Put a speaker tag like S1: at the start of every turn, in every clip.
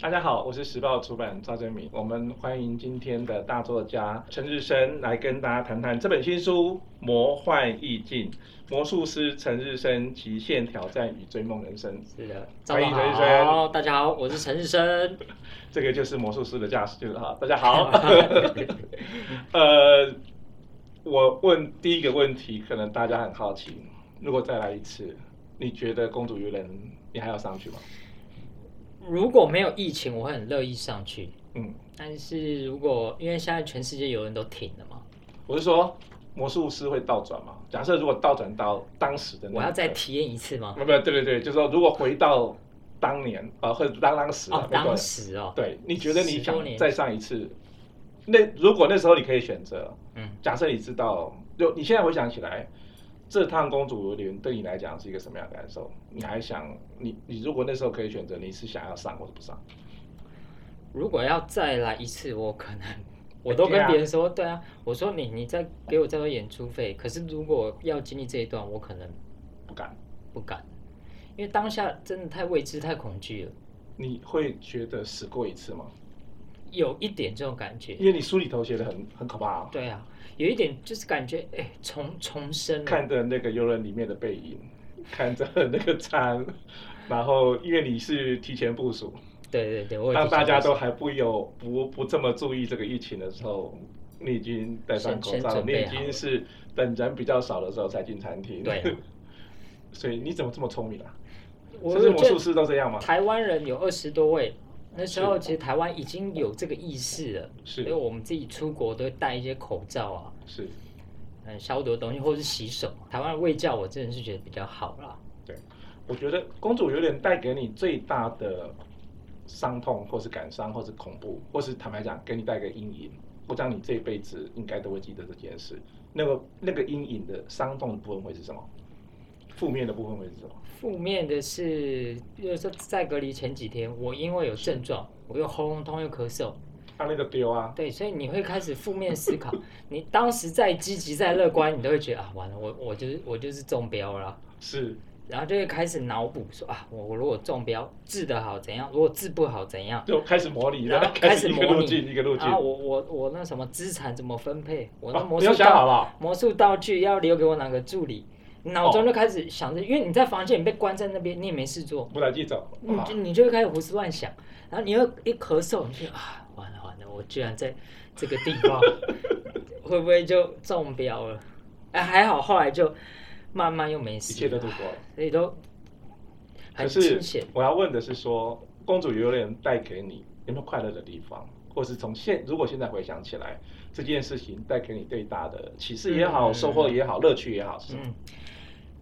S1: 大家好，我是时报出版赵正明。我们欢迎今天的大作家陈日升来跟大家谈谈这本新书《魔幻意境：魔术师陈日升极限挑战与追梦人生》。
S2: 是的，
S1: 欢迎
S2: 赵总
S1: 陈医生
S2: 嗯好，大家好，我是陈日升。
S1: 这个就是魔术师的架势，就是哈，大家 好。呃，我问第一个问题，可能大家很好奇，如果再来一次，你觉得《公主与人》你还要上去吗？
S2: 如果没有疫情，我会很乐意上去。
S1: 嗯，
S2: 但是如果因为现在全世界游轮都停了嘛，
S1: 我是说魔术师会倒转吗？假设如果倒转到当时的那一刻，
S2: 我要再体验一次吗？
S1: 啊哦没有，对对对，就是说如果回到当年啊、呃或者当当时啊
S2: 哦，，
S1: 没关
S2: 当
S1: 系
S2: 时哦，
S1: 对，你觉得你
S2: 10多
S1: 想
S2: 年
S1: 再上一次？那如果那时候你可以选择，
S2: 嗯，
S1: 假设你知道，就你现在回想起来，这趟公主游轮对你来讲是一个什么样的感受？你还想你你如果那时候可以选择，你是想要上或者不上？
S2: 如果要再来一次，我可能我都
S1: 对
S2: 跟
S1: 啊
S2: 别人说，对啊，我说你你再给我再多演出费。可是如果要经历这一段，我可能
S1: 不敢，
S2: 不敢，因为当下真的太未知、太恐惧了，
S1: 你会觉得死过一次吗？
S2: 有一点这种感觉。
S1: 因为你书里头写的很很可怕、啊，
S2: 对啊，有一点就是感觉哎重重生了，
S1: 看着那个游轮里面的背影，看着那个餐，然后因为你是提前部署，
S2: 对对对，我有
S1: 当
S2: 提醒
S1: 大家
S2: 过
S1: 都还不有不不这么注意这个疫情的时候，你已经戴上
S2: 先
S1: 口
S2: 先
S1: 罩，
S2: 准
S1: 你
S2: 备
S1: 已
S2: 好
S1: 经
S2: 了
S1: 是等人比较少的时候才进餐厅。
S2: 对 啊
S1: 所以你怎么这么聪明啊？
S2: 我
S1: 这是
S2: 我
S1: 魔
S2: 觉
S1: 术
S2: 得
S1: 师都这样吗？
S2: 台湾人有二十多位，那时候其实台湾已经有这个意识了，因为
S1: 是
S2: 我们自己出国都会戴一些口罩啊，
S1: 是，
S2: 嗯，消毒的东西或是洗手。台湾的卫教我真的是觉得比较好啦。
S1: 我觉得公主有点带给你最大的伤痛，或是感伤，或是恐怖，或是坦白讲，给你带个阴影。我讲你这辈子应该都会记得这件事。那个那个阴影的伤痛的部分会是什么？负面的部分会是什么？
S2: 负面的是，比如说在隔离前几天，我因为有症状，我又喉咙痛又咳嗽，
S1: 啊，那个丢啊，
S2: 对，所以你会开始负面思考。你当时再积极再乐观，你都会觉得啊，完了，我我就是我就是中标了。
S1: 是
S2: 然后就会开始脑补说啊，我我如果中标治得好怎样，如果治不好怎样，
S1: 就开始模拟，然
S2: 然后
S1: 后开始
S2: 开始
S1: 一
S2: 模
S1: 个
S2: 拟
S1: 路径一个路径。
S2: 然后我我我那什么资产怎么分配，我那
S1: 啊
S2: 魔
S1: 你要
S2: 术
S1: 想好
S2: 道、
S1: 了，
S2: 魔术道具要留给我哪个助理，脑
S1: 哦
S2: 中就开始想着，因为你在房间里被关在那边，你也没事做，
S1: 不来记走。
S2: 你
S1: 啊
S2: 就你就会开始胡思乱想，然后你又一咳嗽，你就啊完了完了，我居然在这个地方 会不会就中标了？哎，还好后来就慢慢又没
S1: 一
S2: 事
S1: 切
S2: 了，
S1: 都度过了。
S2: 所以都
S1: 可
S2: 很清
S1: 是
S2: 闲。
S1: 我要问的是说，公主有点带给你有没有快乐的地方，或是从现如果现在回想起来，这件事情带给你最大的启示也好、
S2: 嗯
S1: 收获也好、乐趣也好是什么？
S2: 嗯，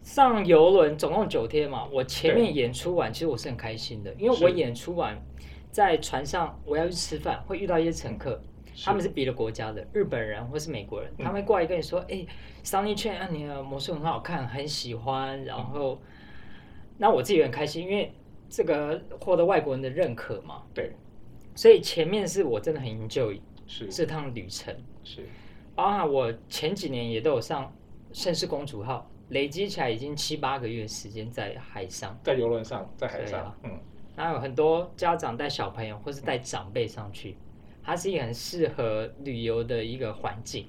S2: 上游轮总共九天嘛，我前面演出完，其实我是很开心的，因为
S1: 是
S2: 我演出完在船上，我要去吃饭，会遇到一些乘客，他们是别的国家的，日本人或是美国人，
S1: 嗯
S2: 他们会过来跟你说，哎、商业券啊，你的魔术很好看，很喜
S1: 嗯
S2: 欢，然后，那我自己也很开心，因为这个获得外国人的认可嘛，
S1: 对，
S2: 所以前面是我真的很 enjoy
S1: 是是
S2: 这趟旅程。
S1: 是
S2: 包含我前几年也都有上盛世公主号，累积起来已经七八个月时间在海上。
S1: 在游轮上，在海
S2: 对
S1: 上，
S2: 啊
S1: 嗯，
S2: 然后有很多家长带小朋友或是带长辈上去，它是一个很适合旅游的一个环境。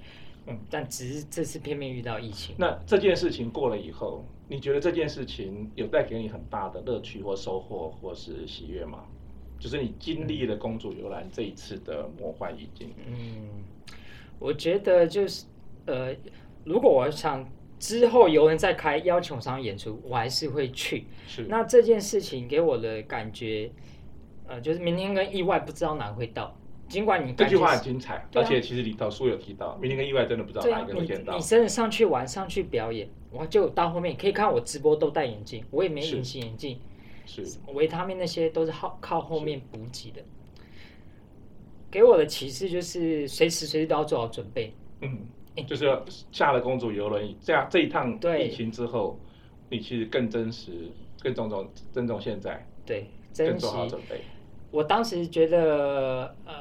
S1: 嗯，
S2: 但只是这次偏偏遇到疫情。
S1: 那这件事情过了以后，你觉得这件事情有带给你很大的乐趣或收获或是喜悦吗？就是你经历了公主游览这一次的魔幻意境，
S2: 嗯，我觉得就是呃，如果我想之后游人再开邀请我上演出，我还是会去。
S1: 是
S2: 那这件事情给我的感觉，呃，就是明天跟意外不知道哪会到。尽管你
S1: 这
S2: 感
S1: 句
S2: 觉
S1: 话很
S2: 是
S1: 精彩，
S2: 对
S1: 而
S2: 啊
S1: 且其实里头书有提到，明天跟意外真的不知道
S2: 对
S1: 哪
S2: 啊
S1: 一，个会
S2: 你
S1: 见到
S2: 你。真的上去玩、上去表演，我就到后面可以看我直播都戴眼镜，我也没
S1: 是
S2: 隐形眼镜，
S1: 是
S2: 什么维他命那些都是靠靠后面补给的。给我的启示就是随时随地都要做好准备。
S1: 嗯
S2: 哎，
S1: 就是下了公主游轮，这样这一趟
S2: 对
S1: 疫情之后，你其实更真实，更重重珍重现在，
S2: 对，
S1: 更
S2: 珍惜
S1: 做好准备。
S2: 我当时觉得，呃，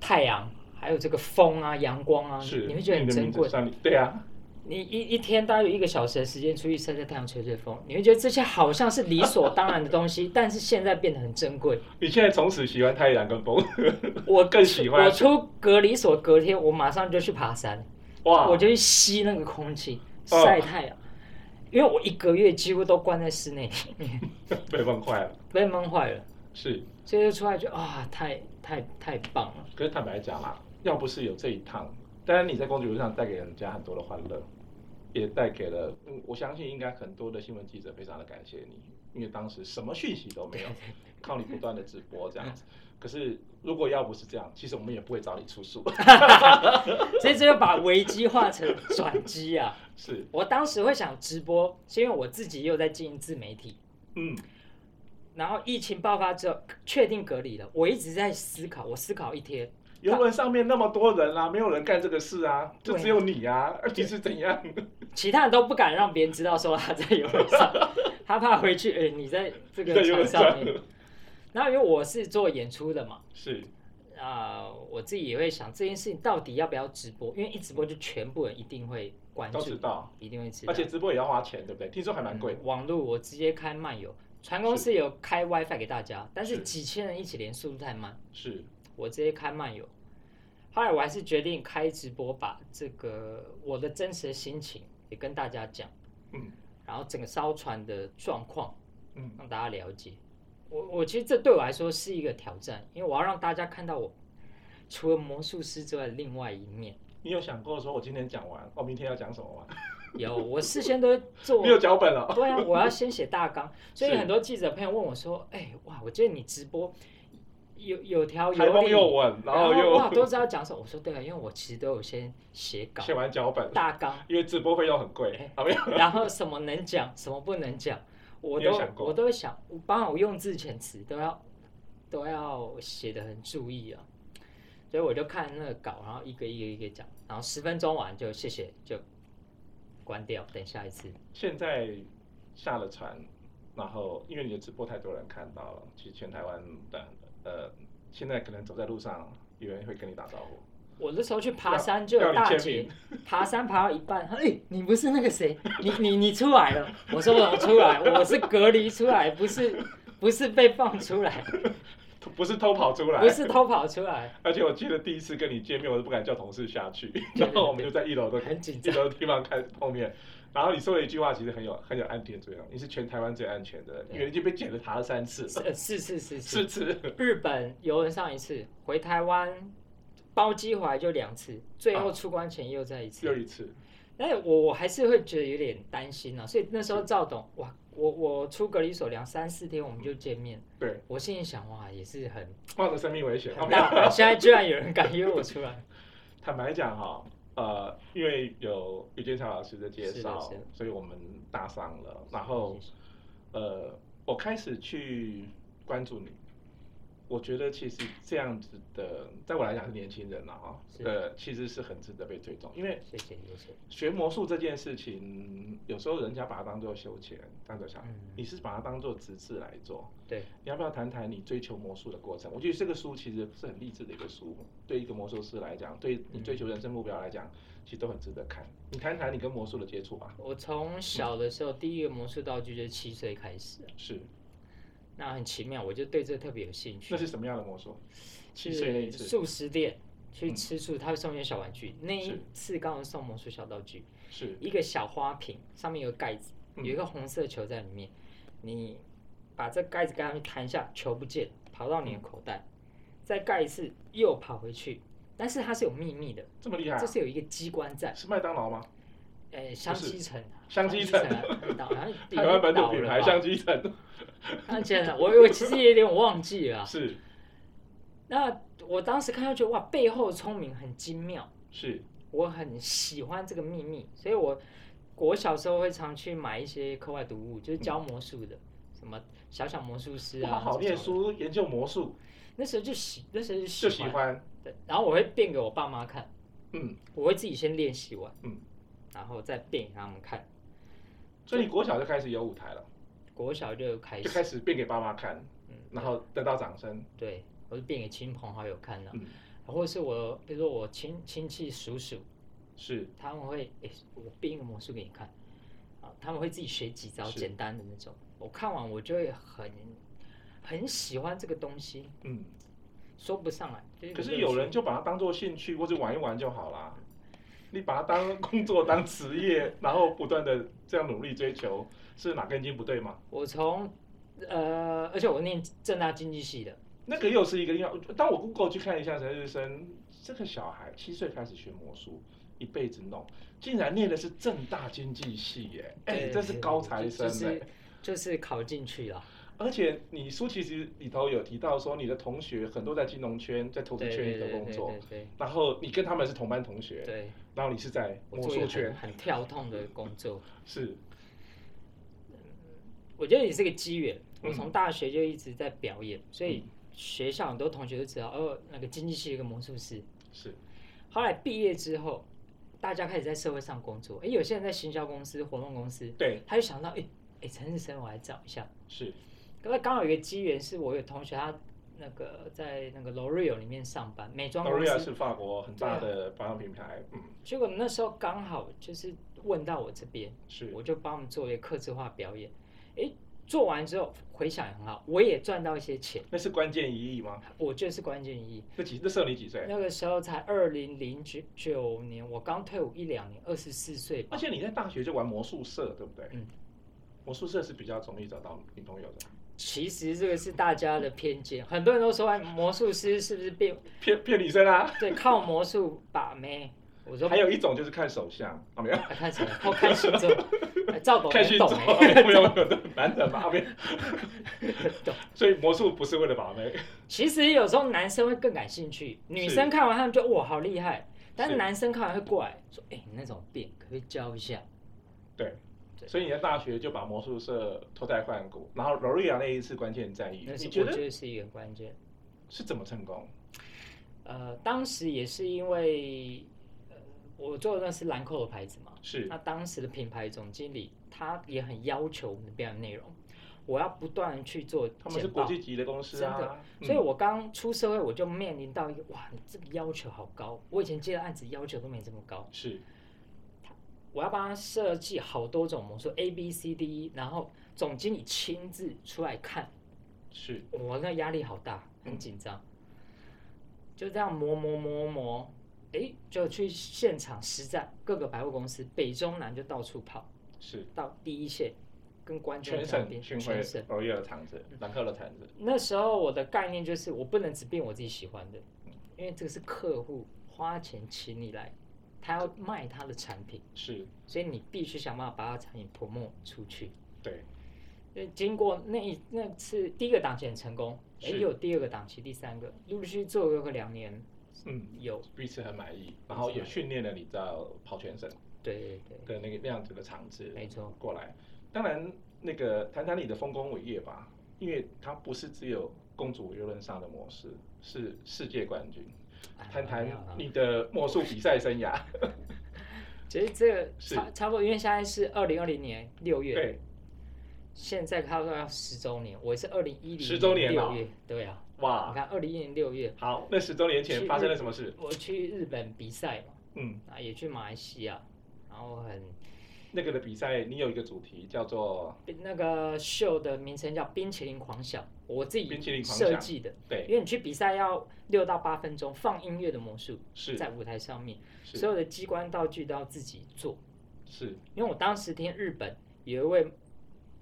S2: 太阳还有这个风啊、阳光啊，
S1: 是，
S2: 你会觉得很
S1: 你的名
S2: 珍
S1: 字
S2: 贵。
S1: 上，对啊，
S2: 你一一天大约有一个小时的时间出去晒晒太阳、吹吹风，你会觉得这些好像是理所当然的东西， 但是现在变得很珍 贵。
S1: 你现在从此喜欢太阳跟 风，
S2: 我
S1: 更喜欢
S2: 我出隔离所隔天，我马上就去爬山，
S1: 哇！
S2: 我就去吸那个空气，
S1: 哦
S2: 晒太阳。因为我一个月几乎都关在室内，
S1: 被闷坏了。
S2: 被闷坏了，
S1: 是，
S2: 所以就出来就啊，太太太棒了。
S1: 可是坦白讲啦，要不是有这一趟，当然你在公主路上带给人家很多的欢乐，也带给了，嗯我相信应该很多的新闻记者非常的感谢你，因为当时什么讯息都没有，靠你不断的直播这 样子。可是如果要不是这样，其实我们也不会找你出 书。
S2: 所以这就把危机化成转机啊！
S1: 是，
S2: 我当时会想直播，是因为我自己也有在经营自媒体，
S1: 嗯，
S2: 然后疫情爆发之后确定隔离了，我一直在思考，我思考一天，
S1: 游轮上面那么多人啊啦、没有人干这个事啊，就
S2: 对
S1: 只有你啊，而且是怎样？
S2: 其他人都不敢让别人知道说他在游轮上， 他怕回去，哎、你在这 个
S1: 在游
S2: 船
S1: 轮
S2: 上
S1: 上
S2: 面。然后因为我是做演出的嘛，
S1: 是，
S2: 啊、我自己也会想这件事情到底要不要直播，因为一直播就全部人一定会关
S1: 都知
S2: 注，
S1: 道，
S2: 一定会知道，
S1: 而且直播也要花钱，对不对？听说还蛮贵的。
S2: 嗯网络我直接开漫游，船公司有开 WiFi 给大家，但是
S1: 是
S2: 几千人一起连速度太慢，
S1: 是，
S2: 我直接开漫游。后来我还是决定开直播，把这个我的真实的心情也跟大家讲，
S1: 嗯
S2: 然后整个艘船的状况
S1: 嗯，
S2: 让大家了解。我我其实这对我来说是一个挑战，因为我要让大家看到我除了魔术师之外的另外一面。
S1: 你有想过说我今天讲完，我、明天要讲什么吗？
S2: 有， 我事先都会 做
S1: 你有脚本哦了，
S2: 对啊，我要先写大纲，所以
S1: 是
S2: 很多记者朋友问我说：“哎、哇，我觉得你直播有有啊条
S1: 台
S2: 有
S1: 风
S2: 理，
S1: 又稳，然后
S2: 哇都
S1: 又
S2: 知道讲什么。”我说：“对啊，因为我其实都有先写稿
S1: 写完脚本，
S2: 大纲，
S1: 因为直播费用很
S2: 哎
S1: 贵，好没有？
S2: 然后什么能讲，什么不能讲，我
S1: 你有
S2: 都
S1: 想过
S2: 我都会想，我包括我用字遣词都要都要写的很注意啊。”所以我就看那个稿，然后一个一个一个讲，然后十分钟完就谢谢就关掉，等下一次。
S1: 现在下了船，然后因为你的直播太多人看到了，其实全台湾的呃，现在可能走在路上，有人会跟你打招呼，
S2: 我那时候去爬山就有大
S1: 要你签
S2: 姐
S1: 名，
S2: 爬山爬到一半，她说哎、你不是那个谁，你你你出来了？我说我出来，我是隔离出来，不是不是被放出来，
S1: 不是偷跑出来
S2: 不，是偷跑出来，
S1: 而且我记得第一次跟你见面，我都不敢叫同事下去，
S2: 对
S1: 然后我们就在一楼的
S2: 很紧
S1: 一
S2: 张。
S1: 楼的地方看后面。然后你说了一句话，其实很有很有安全作用。你是全台湾最安全的人，因为已经被检了查了三次，
S2: 是呃是是是
S1: 四
S2: 是，
S1: 次。
S2: 日本游轮上一次，回台湾包机回来就两次，最后出关前又再一次。
S1: 啊又一次，
S2: 但是我我还是会觉得有点担心啊，所以那时候
S1: 嗯
S2: 赵董哇，我我出隔离所两三四天我们就见面，
S1: 对，
S2: 我心里想哇也是很。
S1: 冒着生命危险。
S2: 很 大，现在居然有人敢约我出来，
S1: 坦白讲哈、呃，因为有于建强老师的介绍
S2: 是的是的，
S1: 所以我们搭上了。然后呃，我开始去关注你。我觉得其实这样子的，在我来讲是年轻人了啊、
S2: 是
S1: 呃，其实是很值得被追踪，因为
S2: 谢谢谢谢，
S1: 学魔术这件事情，有时候人家把它当做休闲，当做想，
S2: 嗯，
S1: 你是把它当做职志来做，
S2: 对，
S1: 你要不要谈谈你追求魔术的过程？我觉得这个书其实是很励志的一个书，对一个魔术师来讲，对你追求人生目标来讲，其实都很值得看。你谈谈你跟魔术的接触吧。
S2: 我从小的时候第一个魔术道具就是七岁开始，
S1: 是，
S2: 那很奇妙，我就对这特别有兴趣
S1: 那。是什么样的魔术？七岁那一
S2: 是
S1: 次，
S2: 素食店去吃素，他会送一些小玩具，那一
S1: 是
S2: 次刚好送魔术小道具，
S1: 是
S2: 一个小花瓶，上面有个盖子，有
S1: 嗯
S2: 一个红色球在里面，你把这盖子盖上去弹一下，球不见，跑到你的口袋，
S1: 嗯
S2: 再盖一次又跑回去，但是它是有秘密的。
S1: 这么厉害啊、
S2: 这是有一个机关在，
S1: 是麦当劳吗？
S2: 呃，香积城，
S1: 香积城
S2: 香 岛，然后已经
S1: 台湾本土
S2: 倒
S1: 品
S2: 了
S1: 牌
S2: 吧
S1: 香 鸡城
S2: 香积城，我我其实也有点忘记了啊。
S1: 是
S2: 那我当时看到觉得哇，背后的聪明很精妙，
S1: 是
S2: 我很喜欢这个秘密，所以我我小时候会常去买一些课外读物，就是教魔术的，什么小小魔术师
S1: 我
S2: 啊，
S1: 好好念
S2: 这种
S1: 书，研究魔术
S2: 的。那时候就喜，那时候就喜
S1: 就
S2: 欢，
S1: 喜欢，
S2: 对，然后我会变给我爸妈看。
S1: 嗯，
S2: 我会自己先练习完，
S1: 嗯，
S2: 然后再变给他们看。
S1: 所以你国小就开始有舞台了，
S2: 国小就开
S1: 就
S2: 始，
S1: 开始变给爸妈看，
S2: 嗯，
S1: 然后得到掌声，
S2: 对，我就变给亲朋好友看了，
S1: 嗯
S2: 或者是我，比如说我亲亲戚叔叔，
S1: 是
S2: 他们会诶、我变一个魔术给你看，啊，他们会自己学几招
S1: 是
S2: 简单的那种。我看完我就会很很喜欢这个东西，
S1: 嗯，
S2: 说不上来。就
S1: 可是
S2: 很
S1: 有
S2: 趣
S1: 人就把它当做兴趣或者玩一玩就好啦。
S2: 嗯
S1: 你把它当工作、当职 业，然后不断的这样努力追求，是哪根筋不对吗？
S2: 我从呃，而且我念正大经济系的，
S1: 那个又是一个另外。当我 Google 去看一下陈日升这个小孩，七岁开始学魔术，一辈子弄，竟然念的是正大经济系耶！哎、
S2: 对
S1: 这是高材生
S2: 就
S1: 哎、
S2: 是就是考进去了。
S1: 而且你书其实里头有提到说，你的同学很多在金融圈、在投资
S2: 对
S1: 圈里
S2: 对
S1: 头
S2: 对
S1: 工
S2: 对
S1: 作，
S2: 对对
S1: 然后你跟他们是同班同学，
S2: 对，
S1: 然后你是在
S2: 我
S1: 魔
S2: 做一
S1: 术
S2: 个
S1: 圈
S2: 很，很跳痛的工作，
S1: 是
S2: 我觉得也是个机缘。我
S1: 嗯
S2: 从大学就一直在表演，所以学校很多同学都知道，哦，那个经济系有一个魔术师。
S1: 是，
S2: 后来毕业之后，大家开始在社会上工作，诶，有些人在行销公司、活动公司，
S1: 对，
S2: 他就想到，诶，诶，陈日升，我来找一下。
S1: 是
S2: 因为刚好有一个机缘，是我有同学他那个在那个 L'Oreal 里面上班，美妆
S1: l o
S2: 公
S1: r e a
S2: 司。
S1: 是法国很大的保养品牌，嗯，
S2: 结果那时候刚好就是问到我这边，
S1: 是
S2: 我就帮他们做一个客制化表演。诶，做完之后回想也很好，我也赚到一些钱，
S1: 那是关键一役吗？
S2: 我觉得是关键意义。
S1: 那几那时候你几岁？
S2: 那个时候才二零零九九年，我刚退伍一两年，二十四岁吧
S1: 而。且你在大学就玩魔术社，对不对？
S2: 嗯，
S1: 魔术社是比较容易找到女朋友的，
S2: 其实这个是大家的偏见，很多人都说哎魔术师是不是变
S1: 骗骗女生啊。
S2: 对靠魔术把妹？我说
S1: 还有一种就是看手相，啊没有，
S2: 啊看什么？我看星 座，哎赵董
S1: 看
S2: 很
S1: 星
S2: 懂
S1: 座，
S2: 哎、
S1: 没 有没有没有，男人嘛，啊没有。
S2: 很 懂。
S1: 所以魔术不是为了把妹，
S2: 其实有时候男生会更感兴趣，女生看完他们就哇好厉害，但是
S1: 是
S2: 男生看完会过来说，哎、你那种变可不可以教一下？
S1: 对。
S2: 对
S1: 所以你在大学就把魔术社脱胎换骨，然后罗瑞亚那一次关键战役，
S2: 那是
S1: 你
S2: 我
S1: 觉
S2: 觉
S1: 得
S2: 得是一个关键。
S1: 是怎么成功？
S2: 呃，当时也是因为，呃，我做的那是兰蔻的牌子嘛，
S1: 是
S2: 那当时的品牌总经理他也很要求我们的表演内容，我要不断地去做
S1: 他们是
S2: 简
S1: 国
S2: 报，
S1: 际级的公司
S2: 真
S1: 啊，嗯
S2: 所以我刚出社会我就面临到一个哇，你这个要求好高，我以前接的案子要求都没这么高，
S1: 是
S2: 我要帮他设计好多种魔术 A B C D，E，然后总经理亲自出来看，
S1: 是
S2: 我那压力好大，很
S1: 嗯
S2: 紧张，就这样磨磨磨磨，诶，就去现场实战，各个百货公司北中南就到处跑。
S1: 是，
S2: 到第一线跟观众
S1: 全
S2: 交
S1: 省
S2: 边
S1: 巡回
S2: 全省。嗯
S1: 罗瑞亚的场子，兰克的场子，
S2: 那时候我的概念就是，我不能只变我自己喜欢的，因为这个是客户花钱请你来，他要卖他的产品，
S1: 是
S2: 所以你必须想办法把他的产品 promote 出去。
S1: 对，
S2: 因为经过那一那次第一个档期很成功，哎，
S1: 是
S2: 又有第二个档期，第三个，陆陆续续做了个两年，
S1: 嗯，
S2: 有
S1: 彼此很满意，然后也训练了你到跑全省
S2: 对对对，
S1: 的那个那样子的场子，
S2: 没错，
S1: 过来。当然，那个谈谈你的丰功伟业吧，因为它不是只有公主游轮上的模式，是世界冠军。
S2: 哎
S1: 谈谈
S2: 没有啦
S1: 你的魔术比赛生涯，
S2: 其实这个
S1: 是
S2: 差差不多，因为现在是二零二零年六月，
S1: 对，
S2: 现在差不多要十周年，我是二零一零
S1: 10周年了
S2: 六月，对啊，你
S1: 哇，
S2: 看二零一零六月，
S1: 好，那十周年前发生了什么事？
S2: 我去日本比赛嘛，
S1: 嗯，
S2: 啊也去马来西亚，然后很
S1: 那个的比赛，你有一个主题叫做
S2: 那个秀的名称叫冰淇淋狂想，我自
S1: 冰淇淋
S2: 己
S1: 狂想
S2: 设计的，因
S1: 对，
S2: 为你去比赛要六到八分钟放音乐的魔术
S1: 是
S2: 在舞台上面，所
S1: 是
S2: 有的机关道具都要自己做，
S1: 是
S2: 因为我当时听日本有一位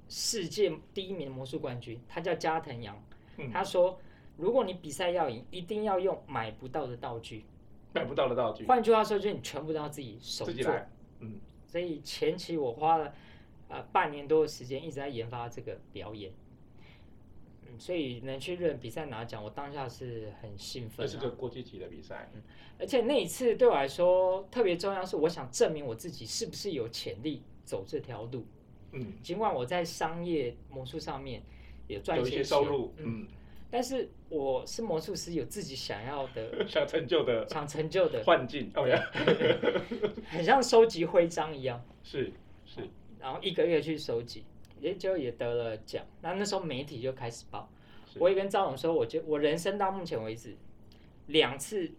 S2: 世界第一名的魔术冠军，他叫加藤阳，
S1: 嗯
S2: 他说。如果你比赛要赢，一定要用买不到的道具。
S1: 买不到的道具，
S2: 换句话说，就是你全部都要自己手
S1: 自己
S2: 做。
S1: 来，嗯，
S2: 所以前期我花了呃半年多的时间一直在研发这个表演，嗯，所以能去日本比赛拿奖，我当下是很兴
S1: 这
S2: 奋、
S1: 是
S2: 啊。
S1: 个国际级的比赛，嗯
S2: 而且那一次对我来说特别重要，是我想证明我自己是不是有潜力走这条路。
S1: 嗯，
S2: 尽管我在商业魔术上面也赚
S1: 有
S2: 一
S1: 一些
S2: 些
S1: 收
S2: 钱
S1: 入，
S2: 嗯，
S1: 嗯，
S2: 但是我是魔术师，有自己想要 的、
S1: 想嗯成就的
S2: 想成就的，
S1: 幻境，哦呀，
S2: 很像收集徽章一样。
S1: 是是，
S2: 然后一个月去收集，也就也得了奖。那那时候媒体就开始报，
S1: 是
S2: 我也跟赵总说，我觉得我人生到目前为止两次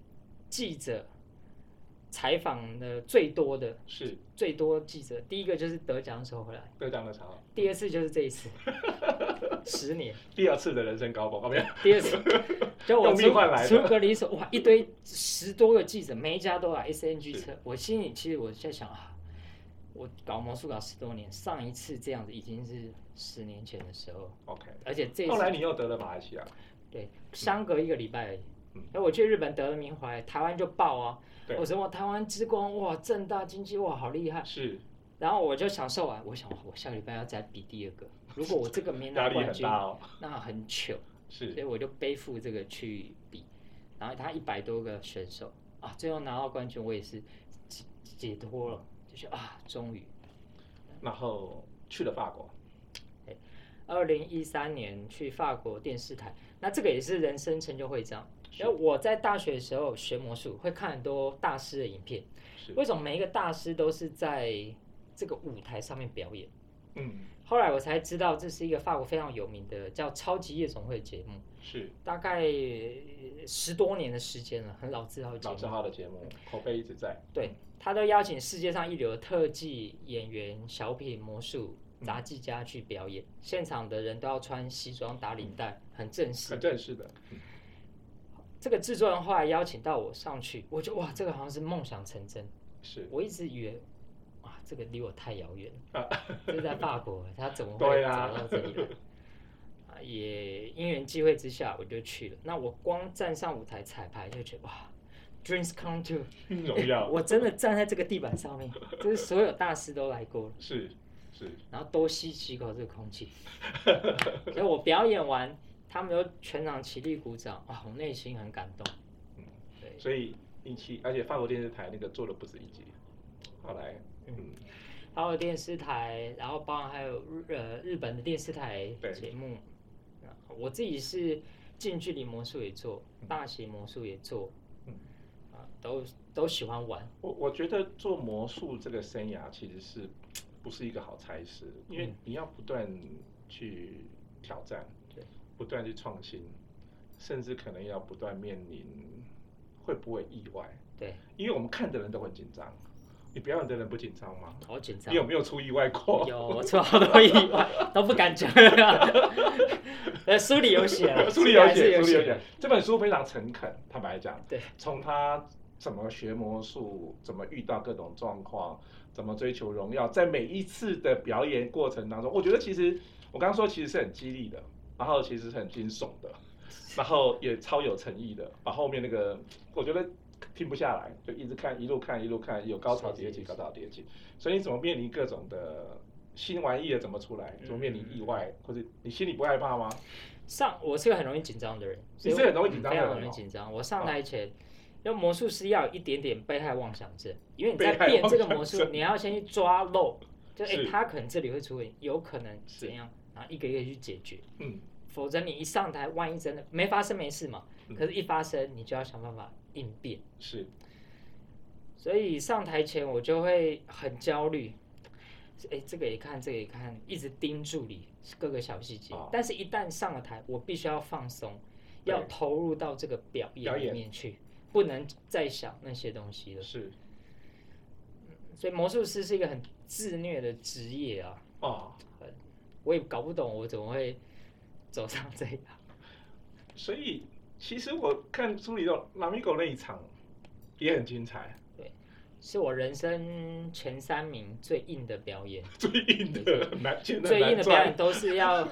S2: 记者采采访的最多的
S1: 是
S2: 最多记者，第一个就是得奖的时候回来，
S1: 得奖的时候，
S2: 第二次就是这 一次，十年，
S1: 第二次的人生高峰，哦 没有，
S2: 第 二次就我
S1: 用
S2: 出
S1: 命换来的
S2: 出隔离所，哇，一堆十多个记者，每一家都来 SNG 车，我心里其实我在想啊，我搞魔术搞十多年，上一次这样子已经是十年前的时候，
S1: OK。
S2: 而且这一
S1: 后来
S2: 次
S1: 你又得了马来西亚，
S2: 对相隔一个礼拜而已
S1: 嗯。
S2: 哎，我去日本得了名回来，台湾就爆啊！
S1: 对
S2: 我什么台湾之光哇，正大经济哇，好厉害！
S1: 是
S2: 然后我就享受完，我想哇我下个礼拜要再比第二个，如果我这个没
S1: 压
S2: 拿
S1: 力
S2: 冠
S1: 很
S2: 军，
S1: 大哦，
S2: 那很糗，所以
S1: 是
S2: 我就背负这个去比。然后他一百多个选手啊，最后拿到冠军，我也是解解脱了，就是啊，终于。
S1: 然后去了法国，
S2: 二零一三年去法国电视台，那这个也是人生成就会章。
S1: 是
S2: 然后我在大学的时候学魔术，会看很多大师的影片。
S1: 是
S2: 为什么每一个大师都是在这个舞台上面表演？
S1: 嗯
S2: 后来我才知道，这是一个法国非常有名的叫《超级夜总会》节目，
S1: 是
S2: 大概呃十多年的时间了，很老字号的节
S1: 老
S2: 目。
S1: 字号的节目，口碑一直在，
S2: 对，他都邀请世界上一流的特技演员、小品、魔术、
S1: 嗯
S2: 杂技家去表演，现场的人都要穿西装打领带，很正式
S1: 很。正式的，
S2: 这个制作人后来邀请到我上去，我就哇，这个好像是梦想成真。
S1: 是
S2: 我一直以为，哇，这个离我太遥远
S1: 啊
S2: 了，这是在法国，他怎么会
S1: 对
S2: 走
S1: 啊
S2: 到这里来？啊，也因缘际会之下，我就去了。那我光站上舞台彩排就觉得哇，dreams come true，
S1: 荣耀，
S2: 我真的站在这个地板上面，就是所有大师都来过了，
S1: 是是
S2: 然后多吸几口这个空气。所以我表演完，他们都全场起立鼓掌，哇，我内心很感动。
S1: 嗯
S2: 对，
S1: 所以一期，而且法国电视台那个做了不止一集，后来嗯
S2: 嗯，还有电视台，然后包含还有日呃日本的电视台
S1: 对
S2: 节目。啊我自己是近距离魔术也做
S1: 嗯，
S2: 大型魔术也做，
S1: 嗯
S2: 啊，都都喜欢玩。
S1: 我我觉得做魔术这个生涯其实是不是一个好差事，因为
S2: 嗯
S1: 你要不断去挑战，
S2: 对，
S1: 不断去创新，甚至可能要不断面临会不会意外，
S2: 对，
S1: 因为我们看的人都很紧张，你表演的人不紧张吗？
S2: 好紧张
S1: 你。有没有出意外过？
S2: 有，我做好多意外都不敢讲。 呃，书里有写了，
S1: 书里
S2: 还
S1: 有
S2: 是
S1: 写，
S2: 有
S1: 书里有
S2: 写
S1: 写。这本书非常诚恳，坦白讲，
S2: 对，
S1: 从他怎么学魔术，怎么遇到各种状况，怎么追求荣耀，在每一次的表演过程当中，我觉得其实我刚刚说其实是很激励的，然后其实是很惊悚的，然后也超有诚意的，把后面那个我觉得。停不下来，就一直看，一路看，一路看，有高潮
S2: 是
S1: 迭
S2: 是
S1: 起，
S2: 是
S1: 高潮迭起。所以你怎么面临各种的新玩意的怎么出来？怎么面临意外，或者你心里不害怕吗？
S2: 上我是个很容易紧张的人，所以
S1: 你是很容易紧张的人
S2: 我非
S1: 哦
S2: 常容易紧张。我上台前，因为魔术师要有一点点被害妄想症，因为你在
S1: 被害
S2: 变
S1: 妄
S2: 这
S1: 想
S2: 个魔术，
S1: 症
S2: 你要先去抓漏，就哎、
S1: 是
S2: 他可能这里会出问题，有可能
S1: 是
S2: 怎样，然后一个一个去解决。
S1: 嗯，
S2: 否则你一上台，万一真的没发生没事嘛，
S1: 嗯
S2: 可是一发生你就要想办法应变。
S1: 是
S2: 所以上台前我就会很焦虑，哎，这个也看，这个也看，一直盯住你各个小细节。
S1: 哦
S2: 但是，一旦上了台，我必须要放松，
S1: 对
S2: 要投入到这个表
S1: 表
S2: 演里
S1: 演
S2: 面去，不能再想那些东西了。
S1: 是
S2: 所以，魔术师是一个很自虐的职业啊，
S1: 哦，
S2: 我也搞不懂我怎么会走上这一行。
S1: 所以其实我看书里头拉米狗那一场也很精彩，
S2: 是我人生前三名最硬的 表演，
S1: 最硬的难，现在
S2: 最硬
S1: 难
S2: 的表
S1: 赚。
S2: 演都是要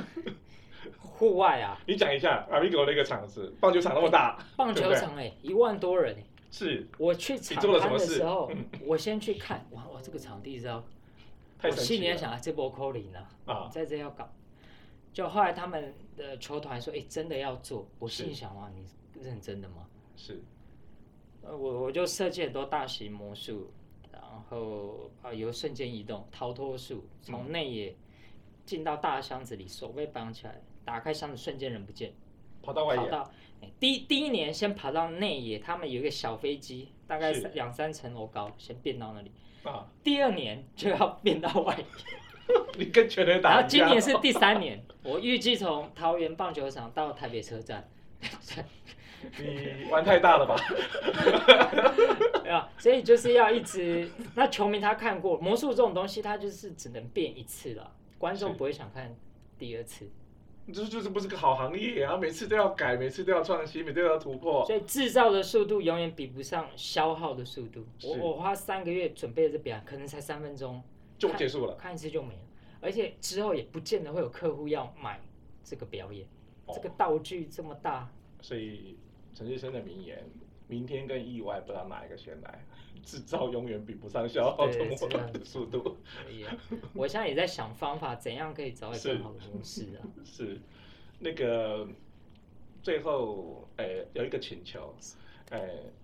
S2: 户外啊，
S1: 你讲一下拉米狗那个场子，棒球场那么大，
S2: 棒球场哎、一万多人哎、
S1: 是
S2: 我去
S1: 你
S2: 场
S1: 做了什
S2: 刊
S1: 么
S2: 的
S1: 事嗯
S2: 时候，我先去看，哇哇，这个场地是要，
S1: 太
S2: 我
S1: 神
S2: 心里
S1: 奇
S2: 在
S1: 了
S2: 想啊，这波扣零了，
S1: 啊！
S2: 在这要搞。就后来他们的球团说，哎、真的要做，我
S1: 是
S2: 心里想哇，你认真的吗？
S1: 是
S2: 呃我我就设计很多大型魔术，然后啊由瞬间移动、逃脱术，从内野进到大箱子里，手被绑起来，打开箱子瞬间人不见，
S1: 跑到外
S2: 跑
S1: 野，
S2: 到哎第一第一年先跑到内野，他们有一个小飞机，大概
S1: 是
S2: 三两三层楼高，先变到那里。
S1: 啊，
S2: 第二年就要变到外野，
S1: 你跟全垒打
S2: 然
S1: 一
S2: 后
S1: 样。
S2: 今年是第三年，我预计从桃园棒球场到台 北车站，
S1: 你玩太大了吧？
S2: 啊，所以就是要一直。那球迷他看过魔术这种东西，他就是只能变一次了，观众
S1: 是
S2: 不会想看第二次。
S1: 这 就是不是个好行业啊！每次都要改，每次都要创新，每次都要突破
S2: 所。以制造的速度永远比不上消耗的速度。我
S1: 是
S2: 我花三个月准备这表，可能才三分钟
S1: 就结束了
S2: 看一次就没了，而且之后也不见得会有客户要买这个表演。
S1: 哦
S2: 这个道具这么大，
S1: 所以陈日生的名言：明天跟意外不知道哪一个先来，制造永远比不上消耗
S2: 对
S1: 的模
S2: 这样
S1: 板的速度。
S2: 所以啊我现在也在想方法，怎样可以找到更好的模式啊？
S1: 是那个最后，呃，有一个请求，呃，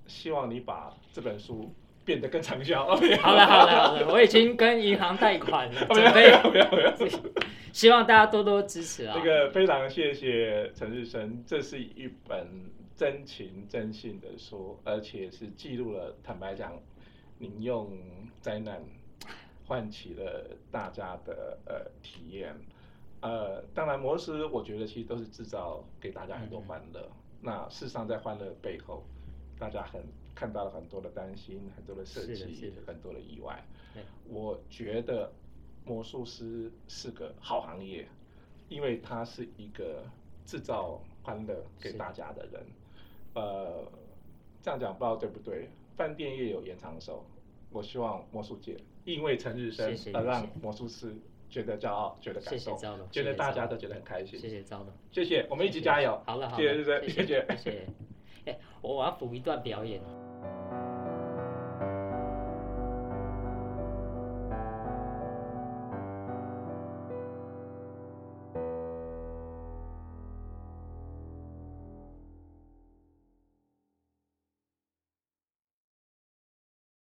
S1: 希望你把这本书变得更畅销。
S2: 好了好了好了，我已经跟银行贷款了，
S1: 没有
S2: 准
S1: 没
S2: 备，
S1: 有没有没有。
S2: 希望大家多多支持啊！
S1: 那个非常谢谢陈日升，这是一本真情真性的书，而且是记录了，坦白讲，您用灾难唤起了大家的呃体验。呃，当然，摩斯我觉得其实都是制造给大家很
S2: 嗯
S1: 多欢乐。那事实上，在欢乐背后，大家很看到了很多的担心，很多的设
S2: 是的是
S1: 计
S2: 的，
S1: 很多的意外。
S2: 对
S1: 我觉得魔术师是个好行业，因为他是一个制造欢乐给
S2: 是
S1: 大家的人。呃，这样讲不知道对不对？饭店业有延长寿，我希望魔术界因为陈日升
S2: 谢谢
S1: 而
S2: 谢
S1: 让
S2: 谢
S1: 魔术师觉得骄傲，觉得
S2: 谢
S1: 感
S2: 谢
S1: 动，
S2: 赵总，
S1: 觉得
S2: 谢谢
S1: 大
S2: 赵
S1: 家
S2: 总
S1: 都觉得很开心。
S2: 谢谢赵总。
S1: 谢谢，我们一起加油。
S2: 好了好了，
S1: 谢谢日升，
S2: 谢谢谢谢。哎，我我要补一段表演啊。